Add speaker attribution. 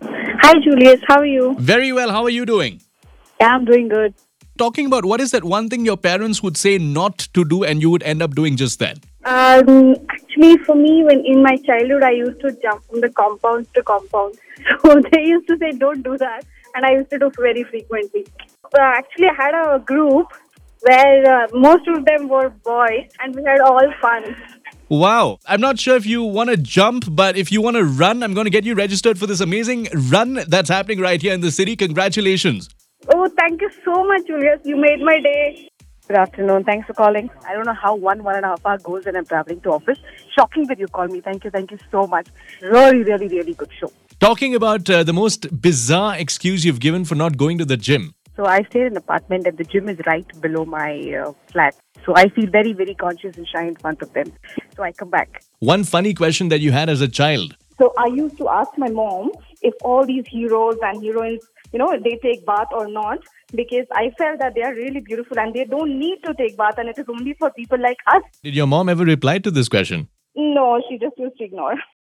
Speaker 1: Hi, Julius. How are you?
Speaker 2: Very well. How are you doing?
Speaker 1: Yeah, I'm doing good.
Speaker 2: Talking about what is that one thing your parents would say not to do and you would end up doing just that?
Speaker 1: Um, actually, for me, when in my childhood, I used to jump from the compound to compound. So they used to say, "Don't do that," and I used to do very frequently. Uh, actually, I had a group where uh, most of them were boys, and we had all fun.
Speaker 2: Wow. I'm not sure if you want to jump, but if you want to run, I'm going to get you registered for this amazing run that's happening right here in the city. Congratulations.
Speaker 1: Oh, thank you so much, Julius. You made my day.
Speaker 3: Good afternoon. Thanks for calling. I don't know how one, one and a half hour goes when I'm traveling to office. Shocking that you called me. Thank you. Thank you so much. Really, really, really good show.
Speaker 2: Talking about uh, the most bizarre excuse you've given for not going to the gym.
Speaker 3: So I stay in an apartment and the gym is right below my uh, flat. So I feel very, very conscious and shy in front of them. So I come back.
Speaker 2: One funny question that you had as a child.
Speaker 4: So I used to ask my mom if all these heroes and heroines, you know, they take bath or not, because I felt that they are really beautiful and they don't need to take bath, and it is only for people like us.
Speaker 2: Did your mom ever reply to this question?
Speaker 4: No, she just used to ignore.